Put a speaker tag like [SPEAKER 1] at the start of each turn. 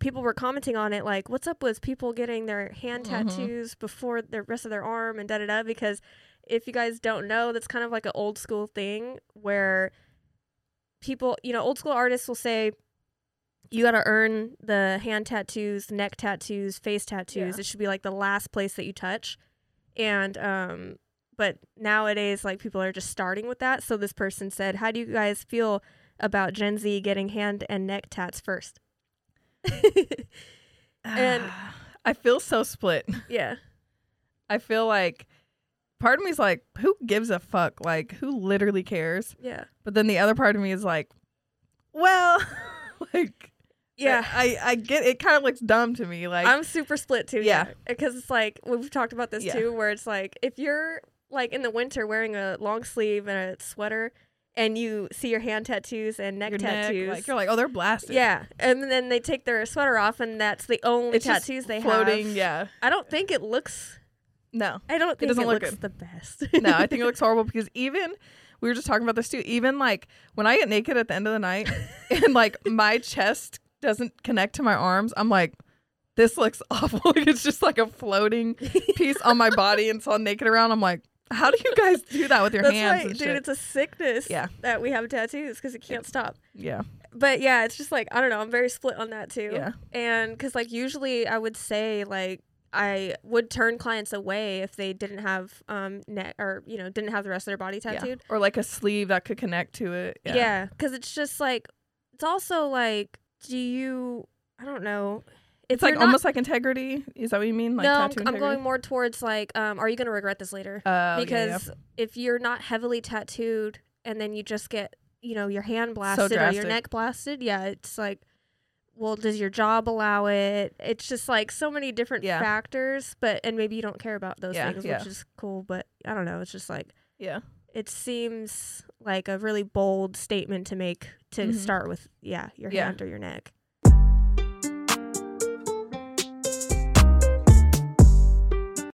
[SPEAKER 1] people were commenting on it, like, "What's up with people getting their hand
[SPEAKER 2] Mhm.
[SPEAKER 1] tattoos before the rest of their arm and da da da?" Because if you guys don't know, that's kind of like an old school thing where people, you know, old school artists will say, "You got to earn the hand tattoos, neck tattoos, face tattoos.
[SPEAKER 2] Yeah.
[SPEAKER 1] It should be like the last place that you touch." And um, but nowadays like people are just starting with that so this person said how do you guys feel about gen z getting hand and neck tats first And-
[SPEAKER 2] I feel so split.
[SPEAKER 1] yeah
[SPEAKER 2] I feel like part of me is like, who gives a fuck? Like, who literally cares?
[SPEAKER 1] yeah
[SPEAKER 2] But then the other part of me is like, well, like,
[SPEAKER 1] yeah
[SPEAKER 2] I, I get it. Kind of looks dumb to me. Like,
[SPEAKER 1] i'm super split too yeah
[SPEAKER 2] Yeah.
[SPEAKER 1] because it's like we've talked about this
[SPEAKER 2] Yeah.
[SPEAKER 1] too where it's like if you're like in the winter wearing a long sleeve and a sweater and you see your hand tattoos and neck
[SPEAKER 2] your neck,
[SPEAKER 1] tattoos
[SPEAKER 2] like, you're like, oh, they're blasted.
[SPEAKER 1] yeah and then they take their sweater off and that's the only
[SPEAKER 2] It's just
[SPEAKER 1] tattoos they
[SPEAKER 2] floating.
[SPEAKER 1] have
[SPEAKER 2] Yeah,
[SPEAKER 1] i don't think it looks
[SPEAKER 2] no,
[SPEAKER 1] i don't think it,
[SPEAKER 2] doesn't look
[SPEAKER 1] looks
[SPEAKER 2] good.
[SPEAKER 1] the best
[SPEAKER 2] no. I think it looks horrible because even we were just talking about this too. Even like when I get naked at the end of the night and like my chest doesn't connect to my arms, I'm like. This looks awful. It's just like a floating piece on my body, and so I'm naked around. I'm like, how do you guys do that with your
[SPEAKER 1] That's
[SPEAKER 2] hands?
[SPEAKER 1] right,
[SPEAKER 2] and
[SPEAKER 1] dude.
[SPEAKER 2] shit?
[SPEAKER 1] It's a sickness
[SPEAKER 2] Yeah.
[SPEAKER 1] that we have tattoos because it can't stop.
[SPEAKER 2] yeah,
[SPEAKER 1] But yeah, it's just like I don't know. I'm very split on that too.
[SPEAKER 2] Yeah.
[SPEAKER 1] And because like usually I would say like I would turn clients away if they didn't have um neck or you know didn't have the rest of their body
[SPEAKER 2] yeah.
[SPEAKER 1] tattooed.
[SPEAKER 2] or like a sleeve that could connect to it. Yeah,
[SPEAKER 1] Yeah. Because it's just like it's also like do you I don't know. If
[SPEAKER 2] it's like
[SPEAKER 1] you're not-
[SPEAKER 2] almost like integrity. Is that what you mean? Like
[SPEAKER 1] no, I'm,
[SPEAKER 2] tattoo
[SPEAKER 1] I'm
[SPEAKER 2] integrity?
[SPEAKER 1] going more towards like um are you gonna regret this later?
[SPEAKER 2] Oh, yeah, yeah.
[SPEAKER 1] because if you're not heavily tattooed and then you just get you know your hand blasted or your
[SPEAKER 2] drastic.
[SPEAKER 1] neck blasted yeah it's like well does your job allow it it's just like so many different
[SPEAKER 2] Yeah.
[SPEAKER 1] factors but and maybe you don't care about those
[SPEAKER 2] Yeah,
[SPEAKER 1] things
[SPEAKER 2] yeah.
[SPEAKER 1] which is cool but i don't know it's just like
[SPEAKER 2] yeah.
[SPEAKER 1] it seems like a really bold statement to make to
[SPEAKER 2] Mhm.
[SPEAKER 1] start with yeah your
[SPEAKER 2] Yeah.
[SPEAKER 1] hand or your neck